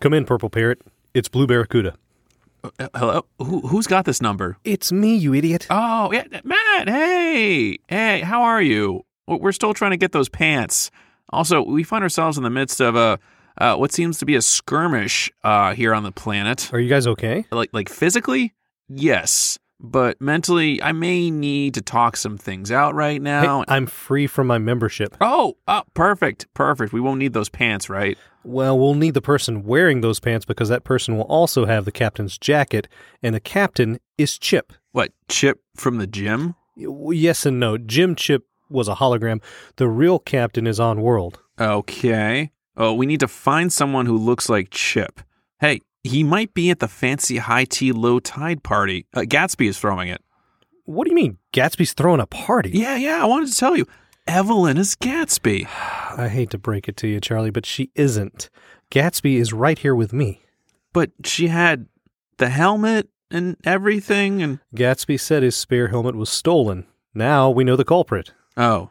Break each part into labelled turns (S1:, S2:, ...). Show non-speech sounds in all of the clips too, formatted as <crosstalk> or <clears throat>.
S1: Come in, Purple Parrot. It's Blue Barracuda.
S2: Uh, hello? Who, who's got this number?
S1: It's me, you idiot.
S2: Oh, yeah, Matt, hey! Hey, how are you? W- We're still trying to get those pants. Also, we find ourselves in the midst of a uh, what seems to be a skirmish uh, here on the planet.
S1: Are you guys okay?
S2: Like like physically? Yes, but mentally I may need to talk some things out right
S1: Hey, uh
S2: now.
S1: I'm free from my membership.
S2: Oh, uh, perfect, perfect. We won't need those pants, right?
S1: Well, we'll need the person wearing those pants because that person will also have the captain's jacket, and the captain is Chip.
S2: What, Chip from the gym?
S1: Yes and no. Jim Chip was a hologram. The real captain is on world.
S2: Okay. Oh, we need to find someone who looks like Chip. Hey, he might be at the fancy high tea low tide party. Uh, Gatsby is throwing it.
S1: What do you mean Gatsby's throwing a party?
S2: Yeah, yeah, I wanted to tell you. Evelyn is Gatsby.
S1: I hate to break it to you, Charlie, but she isn't. Gatsby is right here with me.
S2: But she had the helmet and everything and
S1: Gatsby said his spear helmet was stolen. Now we know the culprit.
S2: oh.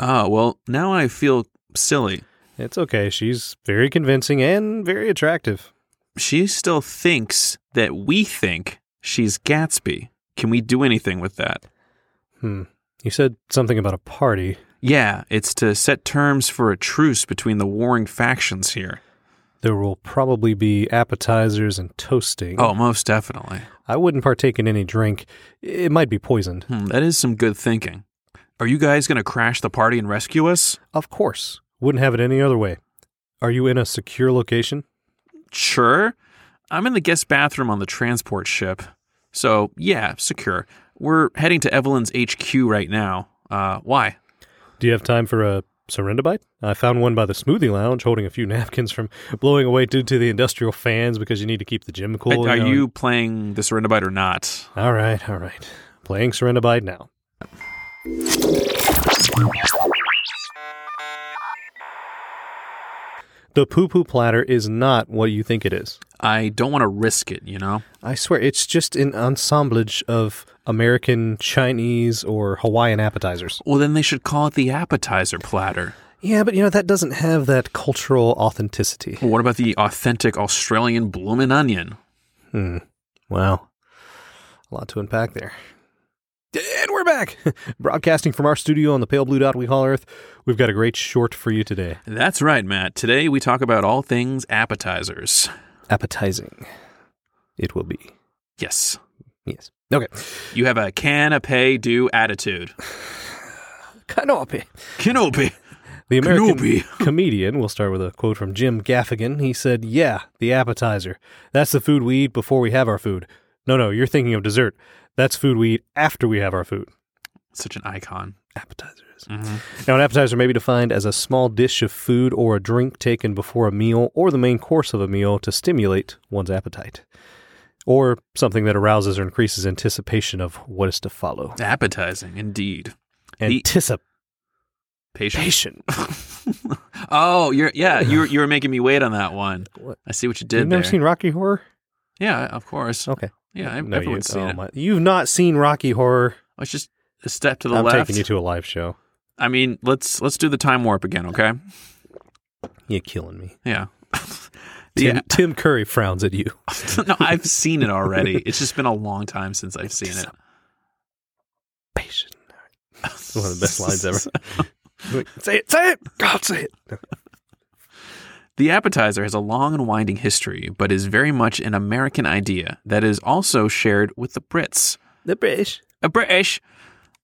S2: Oh, well, now I feel silly.
S1: It's okay. She's very convincing and very attractive.
S2: She still thinks that we think she's Gatsby. Can we do anything with that?
S1: Hmm. You said something about a party.
S2: Yeah, it's to set terms for a truce between the warring factions here.
S1: There will probably be appetizers and toasting.
S2: Oh, most definitely.
S1: I wouldn't partake in any drink. It might be poisoned.
S2: Hmm, that is some good thinking. Are you guys going to crash the party and rescue us?
S1: Of course. Wouldn't have it any other way. Are you in a secure location?
S2: Sure. I'm in the guest bathroom on the transport ship. So, yeah, secure. We're heading to Evelyn's HQ right now. Uh, why?
S1: Do you have time for a surrender bite? I found one by the smoothie lounge holding a few <laughs> napkins from blowing away due to the industrial fans because you need to keep the gym cool.
S2: Are
S1: know.
S2: you playing the surrender bite or not?
S1: All right, all right. Playing surrender bite now. The poo poo platter is not what you think it is.
S2: I don't want to risk it, you know?
S1: I swear, it's just an assemblage of American, Chinese, or Hawaiian appetizers.
S2: Well, then they should call it the appetizer platter.
S1: Yeah, but you know, that doesn't have that cultural authenticity.
S2: What about the authentic Australian bloomin' onion?
S1: Hmm. Wow. A lot to unpack there. And we're back! <laughs> Broadcasting from our studio on the pale blue dot we call Earth. We've got a great short for you today.
S2: That's right, Matt. Today we talk about all things appetizers.
S1: Appetizing. It will be.
S2: Yes.
S1: Yes. Okay.
S2: You have a can a pay do attitude.
S1: Canopy.
S2: Kenobi.
S1: The American
S2: Canopy.
S1: comedian, we'll start with a quote from Jim Gaffigan. He said, Yeah, the appetizer. That's the food we eat before we have our food. No, no, you're thinking of dessert. That's food we eat after we have our food.
S2: <laughs> Such an icon.
S1: Appetizers.
S2: Mhm.
S1: Now, an appetizer may be defined as a small dish of food or a drink taken before a meal or the main course of a meal to stimulate one's appetite, or something that arouses or increases anticipation of what is to follow.
S2: Appetizing, indeed. The-
S1: Anticipation.
S2: Patient. <laughs> oh, you're
S1: <laughs>
S2: yeah, you were, you were making me wait on that one.
S1: What?
S2: I see what you did
S1: You've never
S2: there.
S1: seen Rocky Horror?
S2: yeah, of course.
S1: Okay.
S2: Yeah, I,
S1: No, you,
S2: everyone's seen
S1: oh
S2: it.
S1: my- you've not seen Rocky Horror.
S2: Let's just a step to the
S1: I'm
S2: left.
S1: taking you to a live show.
S2: I mean, let's let's do the time warp again, okay?
S1: You're killing me.
S2: Yeah. <laughs>
S1: Tim,
S2: yeah.
S1: Tim Curry frowns at you.
S2: <laughs> no, I've seen it already. It's just been a long time since I've seen it.
S1: <laughs> Patient. One of the best lines ever. Wait, <laughs> say it. Say it. God, say it.
S2: The appetizer has a long and winding history, but is very much an American idea that is also shared with the Brits.
S1: The British.
S2: A British!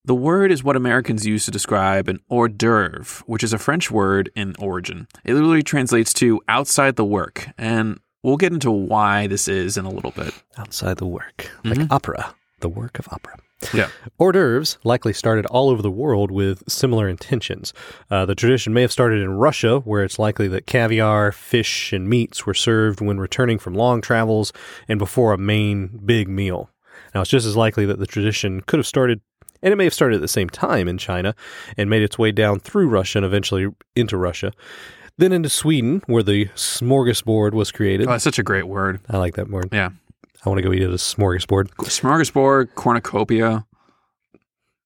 S2: The word is what Americans use to describe an hors d'oeuvre, which is a French word in origin. It literally translates to outside the work, and
S1: <laughs>
S2: we'll get into why this is in a little bit.
S1: Mm-hmm. outside the work, like opera, the work of opera.
S2: Yeah.
S1: Hors d'oeuvres likely started all over the world with similar intentions. Uh, the tradition may have started in Russia, where it's likely that caviar, fish, and meats were served when returning from long travels and before a main big meal. Now, it's just as likely that the tradition could have started, and it may have started at the same time in China and made its way down through Russia and eventually into Russia. Then into Sweden, where the smorgasbord was created.
S2: Oh, that's such a great word.
S1: I like that word.
S2: Yeah.
S1: I want to go eat at a smorgasbord.
S2: Smorgasbord, cornucopia.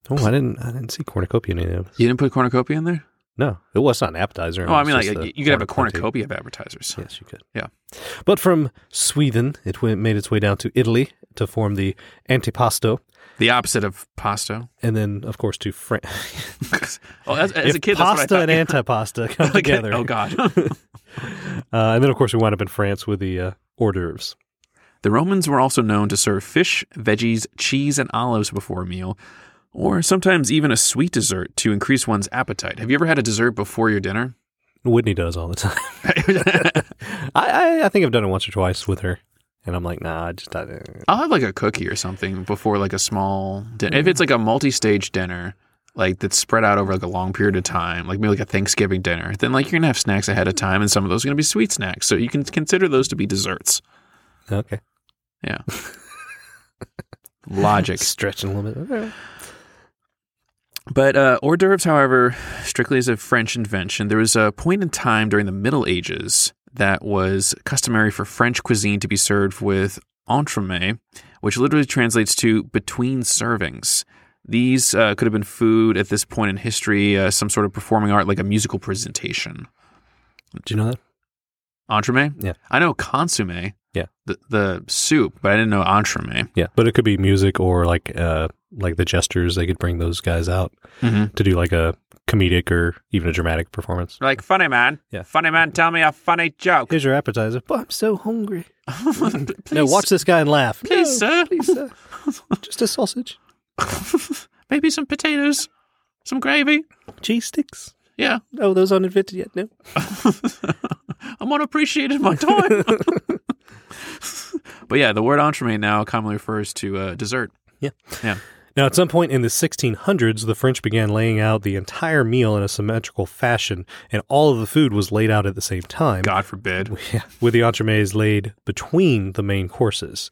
S1: Oh, I didn't. I didn't see cornucopia in any of this.
S2: You didn't put cornucopia in there?
S1: No, it was not an appetizer.
S2: Oh, I
S1: It was
S2: mean, like
S1: just
S2: you could have a
S1: cornucopia.
S2: cornucopia of advertisers.
S1: Yes, you could.
S2: Yeah.
S1: But from Sweden, it went, made its way down to Italy to form the antipasto,
S2: The opposite of pasta. <laughs>
S1: and then, of course, to <laughs> France.
S2: oh, as, as a kid, that's what I
S1: pasta
S2: thought. <laughs>
S1: and antipasta come
S2: Like,
S1: together.
S2: Oh God.
S1: Uh, and then, of course, we wound up in France with the uh, hors d'oeuvres.
S2: the Romans were also known to serve fish, veggies, cheese, and olives before a meal, or sometimes even a sweet dessert to increase one's appetite. Have you ever had a dessert before your dinner?
S1: Whitney does all the time. <laughs> I, I, I think I've done it once or twice with her, and I'm like, nah, I uh, just I,
S2: I'll have like a cookie or something before like a small dinner. If it's like a multi-stage dinner, like that's spread out over like a long period of time, like maybe like a Thanksgiving dinner, then like you're gonna have snacks ahead of time, and some of those are gonna be sweet snacks. So you can consider those to be desserts.
S1: okay,
S2: Yeah. Logic.
S1: stretching a little bit. Okay.
S2: But uh, hors d'oeuvres, however, strictly is a French invention. There was a point in time during the Middle Ages that was customary for French cuisine to be served with entremet, which literally translates to between servings. These uh, could have been food at this point in history, uh, some sort of performing art, like a musical presentation.
S1: Do you know that?
S2: Entremet?
S1: Yeah.
S2: I know consomme.
S1: Yeah.
S2: The, the soup, but I didn't know entremet.
S1: Yeah, but it could be music or like uh, like the jesters. They could bring those guys out.
S2: Mm-hmm.
S1: to do like a comedic or even a dramatic performance.
S2: Like, funny man.
S1: Yeah.
S2: Funny man, tell me a funny <laughs> joke.
S1: Here's your appetizer. But I'm so hungry. no,
S2: Please,
S1: watch this guy and laugh.
S2: Please,
S1: No,
S2: sir.
S1: Please, sir. Just a sausage,
S2: <laughs> Maybe some potatoes, some gravy.
S1: cheese sticks.
S2: Yeah, <laughs>
S1: Oh, those aren't invented yet. No.
S2: I'm unappreciated my time. <laughs> but yeah, the word entremet now commonly refers to uh, dessert.
S1: Yeah.
S2: Yeah.
S1: Now, at some point in the 1600s, the French began laying out the entire meal in a symmetrical fashion, and all of the food was laid out at the same time.
S2: God forbid.
S1: Yeah, with the entremets laid between the main courses.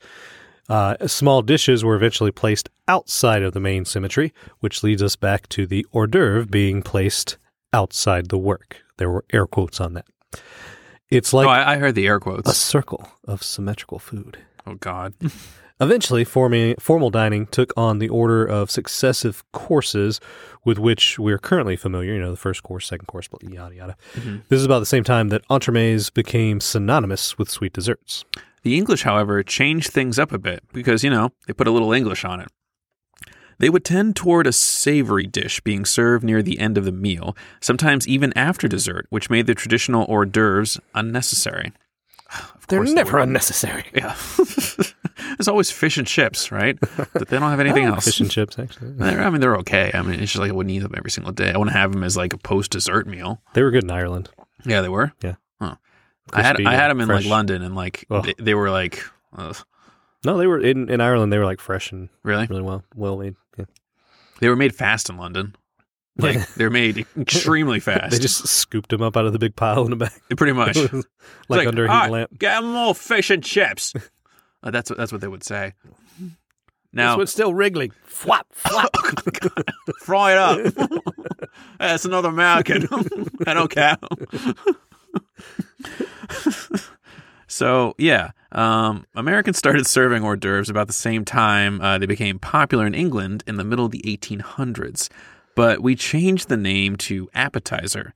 S1: Uh, small dishes were eventually placed outside of the main symmetry, which leads us back to the hors d'oeuvre being placed outside the work. There were air quotes on that. It's like
S2: oh, I, I heard the air
S1: a
S2: quotes.
S1: circle of symmetrical food.
S2: Oh God.
S1: Eventually, forming, formal dining took on the order of successive courses with which we're currently familiar, you know, the first course, second course, blah, yada, yada. This is about the same time that entremets became synonymous with sweet desserts.
S2: The English, however, changed things up a bit because, you know, they put a little English on it. They would tend toward a savory dish being served near the end of the meal, sometimes even after dessert, which made the traditional hors d'oeuvres unnecessary. <sighs> Of course they were.
S1: unnecessary.
S2: Yeah. <laughs> There's always fish and chips,
S1: <laughs>
S2: right? But they don't have anything else.
S1: Oh, Fish and chips, actually.
S2: <laughs> They're- I mean, they're okay. I mean, it's just like I wouldn't eat them every single day. I wouldn't have them as like a post dessert meal.
S1: They were good in Ireland.
S2: Yeah, they were.
S1: Yeah.
S2: Huh. I had
S1: Crispy
S2: I had
S1: and
S2: them in
S1: fresh.
S2: like London, and like
S1: Ugh.
S2: they, they were like, ugh,
S1: No, they were in, in Ireland. They were like fresh and
S2: really?
S1: really well well made. Yeah.
S2: They were made fast in
S1: <laughs>
S2: London. Like they're made extremely fast.
S1: They just scooped them up out of the big pile in the back,
S2: <laughs>
S1: <laughs>
S2: pretty much
S1: like,
S2: It's
S1: under a
S2: "All
S1: heat
S2: right,
S1: lamp.
S2: Get 'em more fish and
S1: <laughs>
S2: chips. Uh, that's what that's what they would say. Now
S1: still wriggling. Flop, flop.
S2: fry it up. That's another American. <laughs> I don't care. so yeah, um, Americans started serving hors d'oeuvres about the same time uh, they became popular in England in the middle of the 1800s. But we changed the name to appetizer.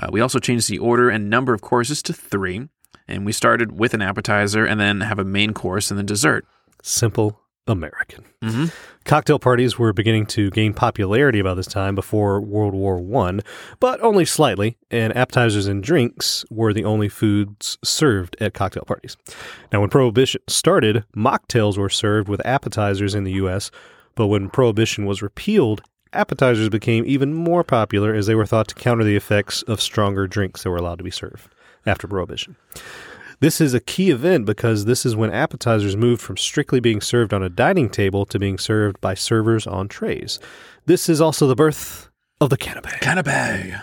S2: Uh, we also changed the order and number of courses to three, and we started with an appetizer and then have a main course and then dessert.
S1: <laughs> Simple American.
S2: Mhm.
S1: Cocktail parties were beginning to gain popularity by this time before World War One, but only slightly, and appetizers and drinks were the only foods served at cocktail parties. Now, when Prohibition started, mocktails were served with appetizers in the U.S., but when Prohibition was repealed, appetizers became even more popular as they were thought to counter the effects of stronger drinks that were allowed to be served after Prohibition. This is a key event because this is when appetizers moved from strictly being served on a dining table to being served by servers on trays. This is also the birth of the canapé.
S2: Canapé.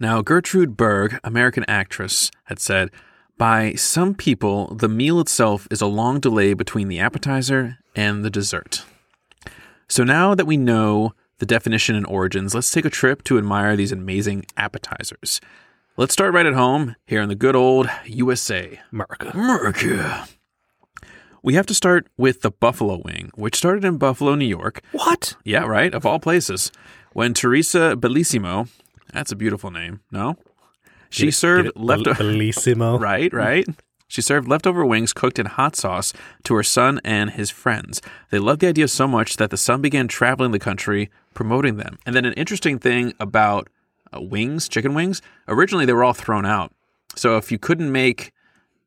S2: Now, Gertrude Berg, American actress, had said, By some people, the meal itself is a long delay between the appetizer and the dessert. So now that we know the definition and origins, let's take a trip to admire these amazing appetizers. Let's start right at home, here in the good old USA.
S1: America.
S2: America. We have to start with the buffalo wing, which started in Buffalo, New York,
S1: What?
S2: yeah, right. Of all places. When Teresa Bellissimo, that's a beautiful name, no? She served leftover
S1: Bellissimo.
S2: right, right. She served leftover wings cooked in hot sauce to her son and his friends. They loved the idea so much that the son began traveling the country promoting them. And then an interesting thing about uh, wings, chicken wings, originally they were all thrown out. So if you couldn't make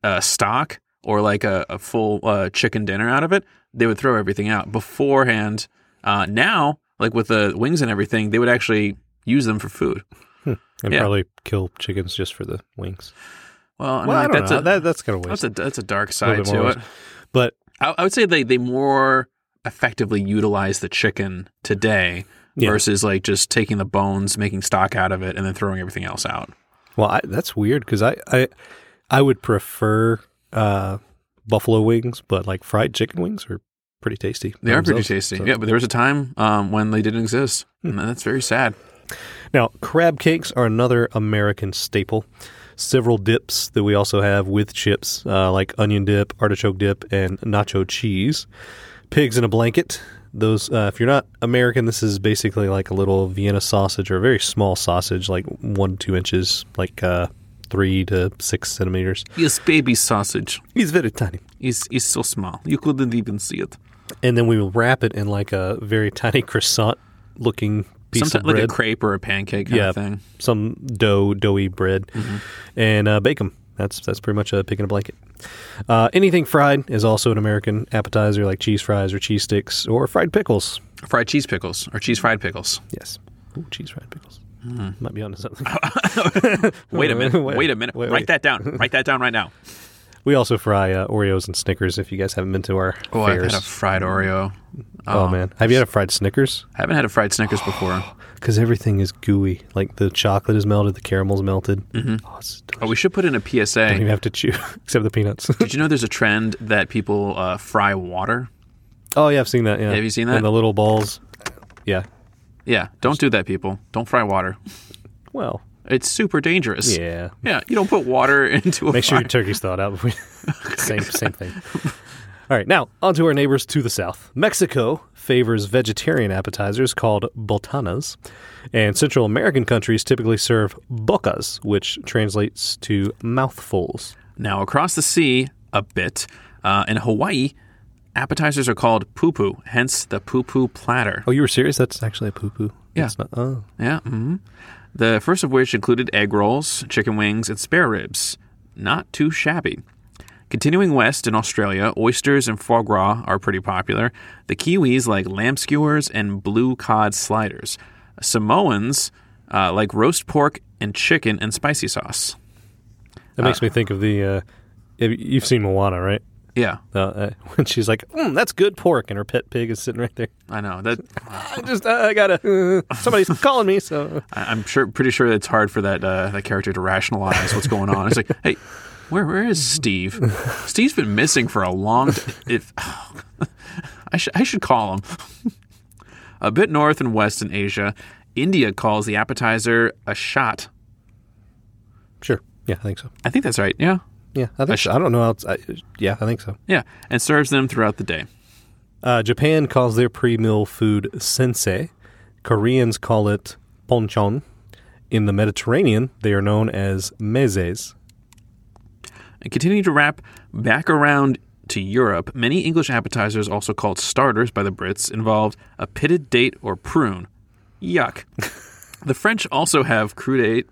S2: a stock or like a, a full uh, chicken dinner out of it, they would throw everything out beforehand. Uh, now, like with the wings and everything, they would actually use them for food.
S1: And
S2: Yeah.
S1: probably kill chickens just for the wings.
S2: Well, I, mean,
S1: Well, I
S2: like,
S1: don't
S2: that's
S1: know.
S2: a
S1: that, that's kind of waste.
S2: that's a that's a dark side
S1: bit
S2: to
S1: more
S2: it.
S1: waste. but
S2: I, I would say they they more effectively utilize the chicken today
S1: Yeah.
S2: versus like just taking the bones, making stock out of it, and then throwing everything else out.
S1: Well, I, that's weird because I, I I would prefer uh, buffalo wings, but like fried chicken wings are pretty tasty.
S2: They
S1: by
S2: are pretty
S1: themselves.
S2: tasty.
S1: So- Hmm.
S2: Yeah, but there was a time um, when they didn't exist, and that's very sad.
S1: Now, crab cakes are another American staple. Several dips that we also have with chips, uh, like onion dip, artichoke dip, and nacho cheese. Pigs in a blanket. Those, uh, if you're not American, this is basically like a little Vienna sausage or a very small sausage, like one two inches, like uh, three to six centimeters.
S2: Yes, baby sausage
S1: It's very tiny.
S2: is is so small you couldn't even see it.
S1: and then we will wrap it in like a very <laughs> tiny croissant looking piece
S2: Sometimes
S1: of bread
S2: like a crepe or a pancake kind
S1: Yeah.
S2: of thing. Mm-hmm.
S1: some dough doughy bread and uh, bake 'em. that's that's pretty much a pick in a blanket uh, anything fried is also an american appetizer like cheese fries or cheese sticks or fried pickles
S2: Fried cheese pickles or cheese
S1: <laughs>
S2: fried pickles.
S1: yes Ooh, cheese fried pickles
S2: Mm.
S1: might be onto something
S2: Wait a minute.
S1: Wait,
S2: Wait a minute.
S1: wait,
S2: Write
S1: wait.
S2: that down. Write that down
S1: <laughs>
S2: right now.
S1: we also fry uh, oreos and snickers if you guys haven't been to our
S2: Oh, I've
S1: fairs
S2: had a fried Oreo.
S1: oh man have you had a fried snickers
S2: I haven't had a fried Snickers
S1: <sighs>
S2: before.
S1: because everything is gooey like the chocolate is melted the caramel's melted oh, it's
S2: Oh, we should put in a
S1: don't
S2: PSA.
S1: even have to chew <laughs> except the peanuts.
S2: Did you know there's a trend that people uh, fry water?
S1: oh yeah, I've seen that. Yeah,
S2: Have you seen that?
S1: And the little balls. Yeah.
S2: Yeah, don't do that, people. Don't fry water.
S1: Well.
S2: It's super dangerous.
S1: Yeah.
S2: Yeah, you don't put water <laughs> into a
S1: Make sure
S2: fry.
S1: your turkey's thawed out. <laughs> Before you... same same thing. All right, now on to our neighbors to the south. Mexico favors vegetarian appetizers called botanas, and Central American countries typically serve bocas, which translates to mouthfuls.
S2: Now, across the sea a bit, uh, in Hawaii, appetizers are called poo poo, hence the poo poo platter.
S1: Oh, you were serious? That's actually a poo poo.
S2: Yeah.
S1: That's not, oh.
S2: Yeah. mhm. The first of which included egg rolls, chicken wings, and spare ribs. Not too shabby. Continuing west in Australia, oysters and foie gras are pretty popular. The Kiwis like lamb skewers and blue cod sliders. Samoans uh, like roast pork and chicken and spicy sauce.
S1: That makes me think of the. Uh, you've seen Moana, right?
S2: Yeah,
S1: Uh, uh, <laughs> when she's like, mm, "That's good pork," and her pet pig is sitting <laughs> right there.
S2: I know that.
S1: I just, I, I gotta. uh, somebody's calling me, so
S2: I- I'm sure, pretty sure it's hard for that uh, that character to rationalize what's going on. It's like, hey, where where is Steve? Steve's been missing for a long. T- if oh, I should I should call him. a bit north and west in Asia, India calls the appetizer a shot.
S1: sure. Yeah, I think so.
S2: I think that's right. Yeah,
S1: Yeah, I think. so. I don't know. How it's, I, yeah, I think so.
S2: yeah, and serves them throughout the day.
S1: Uh, Japan calls their pre-meal food sensei. Koreans call it ponchon. In the Mediterranean, they are known as mezes.
S2: And continuing to wrap back around to Europe, many English appetizers, also called starters by the Brits, involved a pitted date or prune. Yuck. the French also have crudite,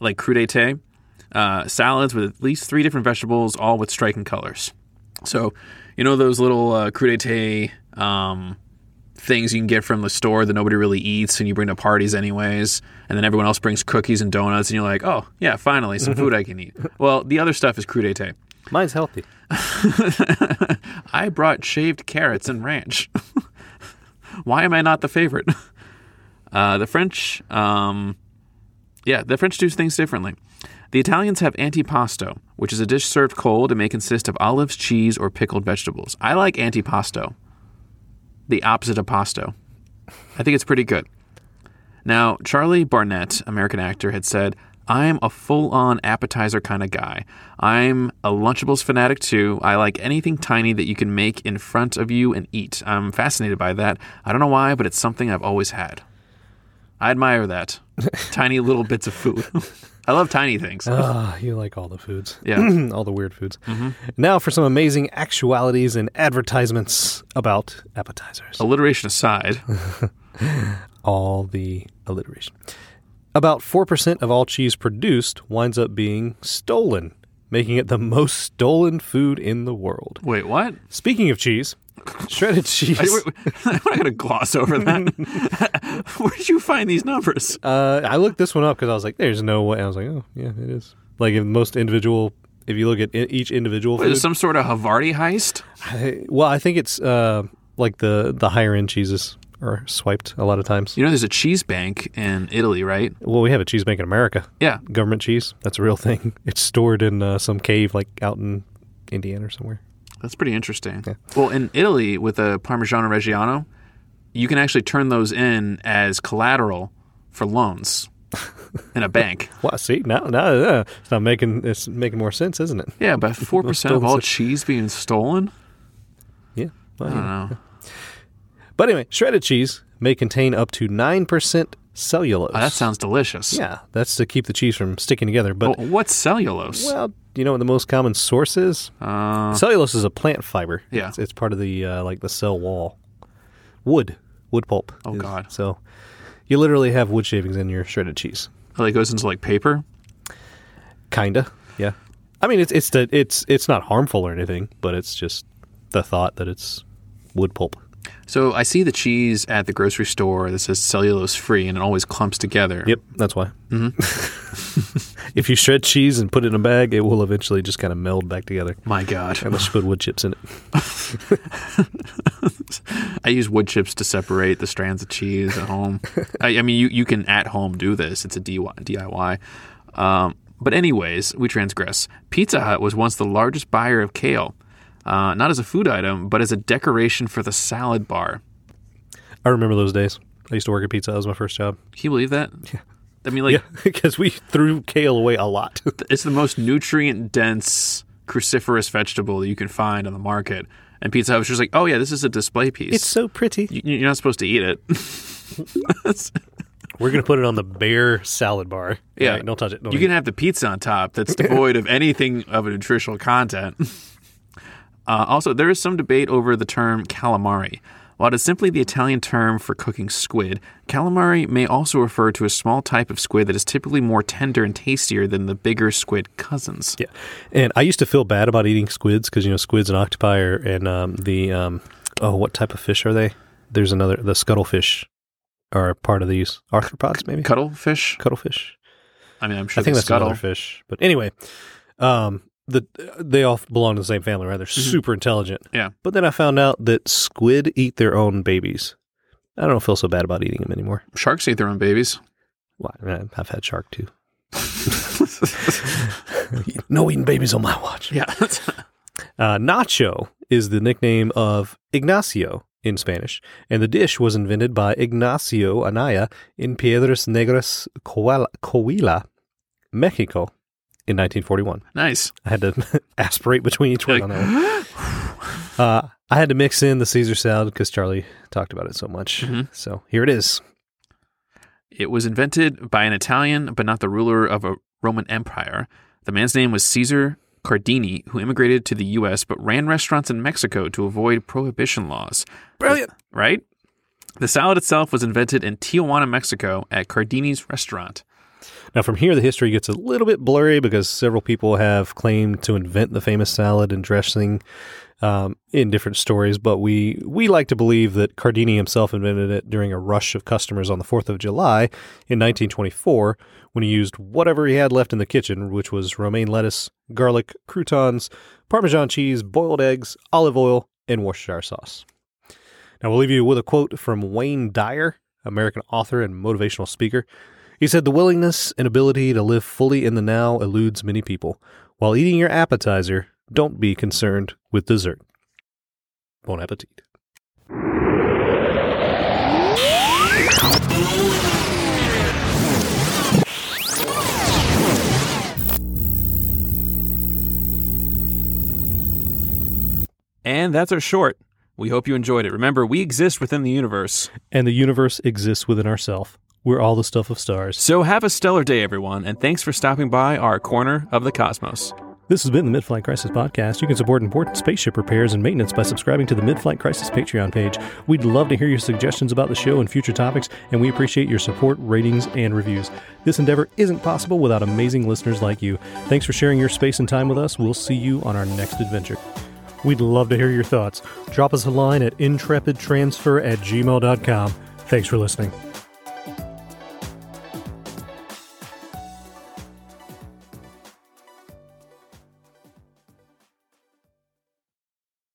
S2: like crudité, uh, salads with at least three different vegetables, all with striking colors. So, you know those little uh, crudité um, things you can get from the store that nobody really eats and you bring to parties anyways and then everyone else brings cookies and donuts and you're like oh yeah finally some food i can eat well the other stuff is crudité
S1: Mine's healthy.
S2: i brought shaved carrots and ranch <laughs> why am i not the favorite <laughs> uh, the french um, yeah the french do things differently the italians have antipasto which is a dish served cold and may consist of olives cheese or pickled vegetables i like antipasto the opposite of pasto. I think it's pretty good. Now, Charlie Barnett, American actor, had said, I'm a full on appetizer kind of guy. I'm a Lunchables fanatic too. I like anything tiny that you can make in front of you and eat. I'm fascinated by that. I don't know why, but it's something I've always had. I admire that. tiny little bits of food. I love tiny things.
S1: Ah, you like all the foods.
S2: Yeah.
S1: <clears throat> all the weird foods. Now for some amazing actualities and advertisements about appetizers.
S2: Alliteration aside,
S1: All the alliteration. About 4% of all cheese produced winds up being stolen, making it the most stolen food in the world.
S2: wait, what?
S1: Speaking of cheese, <laughs> shredded cheese.
S2: <laughs> I, am not going to gloss over that. <laughs> Where did you find these numbers?
S1: Uh, I looked this one up because I was like, "There's no way." I was like, "Oh, yeah, it is." Like if most individual, if you look at i- each individual
S2: Is
S1: food,
S2: it some sort of Havarti heist?
S1: I- well, I think it's uh, like the the higher end cheeses are swiped a lot of times.
S2: You know, there's a cheese bank in Italy, right?
S1: Well, we have a cheese bank in America,
S2: Yeah.
S1: government cheese. That's a real thing. <laughs> It's stored in uh, some cave, like out in Indiana or somewhere.
S2: That's pretty interesting. Well, in Italy, with a Parmigiano Reggiano, you can actually turn those in as collateral
S1: <laughs>
S2: for loans in a bank.
S1: Well, see, now now uh, it's not making it's making more sense, isn't it?
S2: Yeah, but 4% of all cheese being stolen?
S1: Yeah. Well,
S2: I
S1: yeah.
S2: don't know.
S1: But anyway, shredded cheese may contain up to nine percent cellulose.
S2: Oh, that sounds delicious.
S1: yeah, that's to keep the cheese from sticking together. But
S2: Well, what's cellulose?
S1: Well, you know what the most common source is?
S2: Oh. Uh,
S1: Cellulose is a plant fiber.
S2: Yeah.
S1: it's, it's part of the uh, like the cell wall. Wood, wood pulp.
S2: Oh, God.
S1: So you literally have wood shavings in your shredded cheese.
S2: oh, it goes into like paper?
S1: Kinda, yeah. I mean, it's it's the it's it's not harmful or anything, but it's just the thought that it's wood pulp.
S2: So I see the cheese at the grocery store that says cellulose free and it always clumps together.
S1: Yep, that's why. <laughs> if you shred cheese and put it in a bag, it will eventually just kind of meld back together.
S2: My God.
S1: Unless you put wood chips in it.
S2: I use wood chips to separate the strands of cheese
S1: <laughs>
S2: at home. I, I mean, you, you can at home do this. It's a DIY. Um, but anyways, we transgress. Pizza Hut was once the largest buyer of kale, uh, not as a food item, but as a decoration for the salad bar.
S1: I remember those days. I used to work at Pizza. That was my first job.
S2: Can you believe that? I mean,
S1: <laughs>
S2: like
S1: Yeah, because we threw kale away a lot.
S2: it's the most nutrient dense cruciferous vegetable that you can find on the market. And Pizza Hut was just like, oh yeah, this is a display piece.
S1: so pretty.
S2: You- You're not supposed to eat it.
S1: We're gonna put it on the bare salad bar.
S2: Yeah.
S1: All right, don't touch it. Don't
S2: You
S1: eat
S2: can have the pizza on
S1: <laughs>
S2: top that's devoid of anything of a nutritional content. <laughs> Uh, also, there is some debate over the term calamari. While it is simply the Italian term for cooking squid, calamari may also refer to a small type of squid that is typically more tender and tastier than the bigger squid cousins.
S1: it. yeah. And I used to feel bad about eating squids because you know squids and octopi are, and um, the um, oh, what type of fish are they? There's another the scuttlefish are part of these arthropods, maybe
S2: Cuttlefish?
S1: cuttlefish.
S2: I mean, I'm sure
S1: I think
S2: they
S1: that's
S2: scuttle.
S1: another fish. But anyway, um, the they all belong to the same family, right? They're super intelligent.
S2: Yeah.
S1: But then I found out that squid eat their own babies. I don't feel so bad about eating them anymore.
S2: Sharks eat their own babies.
S1: Well, I mean, I've had shark too. <laughs> no eating babies on my watch. <laughs>
S2: yeah.
S1: Uh, nacho is the nickname of Ignacio in Spanish, and the dish was invented by Ignacio Anaya in Piedras Negras, Coala- Coahuila, Mexico. In 1941,
S2: <laughs> nice.
S1: I had to <laughs> aspirate between each word on that one. Uh, I had to mix in the Caesar salad because Charlie talked about it so much. So here it is.
S2: It was invented by an Italian, but not the ruler of a Roman empire. The man's name was Caesar Cardini, who immigrated to the U.S. but ran restaurants in Mexico to avoid prohibition laws.
S1: Brilliant.
S2: Right? The salad itself was invented in Tijuana, Mexico, at Cardini's restaurant.
S1: Now, from here, the history gets a little bit blurry because several people have claimed to invent the famous salad and dressing, um, in different stories, but we, we like to believe that Cardini himself invented it during a rush of customers on the 4th of July in 1924 when he used whatever he had left in the kitchen, which was romaine lettuce, garlic, croutons, Parmesan cheese, boiled eggs, olive oil, and Worcestershire sauce. Now, we'll leave you with a quote from Wayne Dyer, American author and motivational speaker. He said, The willingness and ability to live fully in the now eludes many people. While eating your appetizer, don't be concerned with dessert. Bon appetit.
S2: And that's our short. We hope you enjoyed it. Remember, we exist within the universe.
S1: And the universe exists within ourselves. We're all the stuff of stars.
S2: So have a stellar day, everyone, and thanks for stopping by our corner of the cosmos.
S1: This has been the Midflight Crisis Podcast. You can support important spaceship repairs and maintenance by subscribing to the Midflight Crisis Patreon page. We'd love to hear your suggestions about the show and future topics, and we appreciate your support, ratings, and reviews. This endeavor isn't possible without amazing listeners like you. Thanks for sharing your space and time with us. We'll see you on our next adventure. We'd love to hear your thoughts. Drop us a line at intrepidtransfer at gmail.com. Thanks for listening.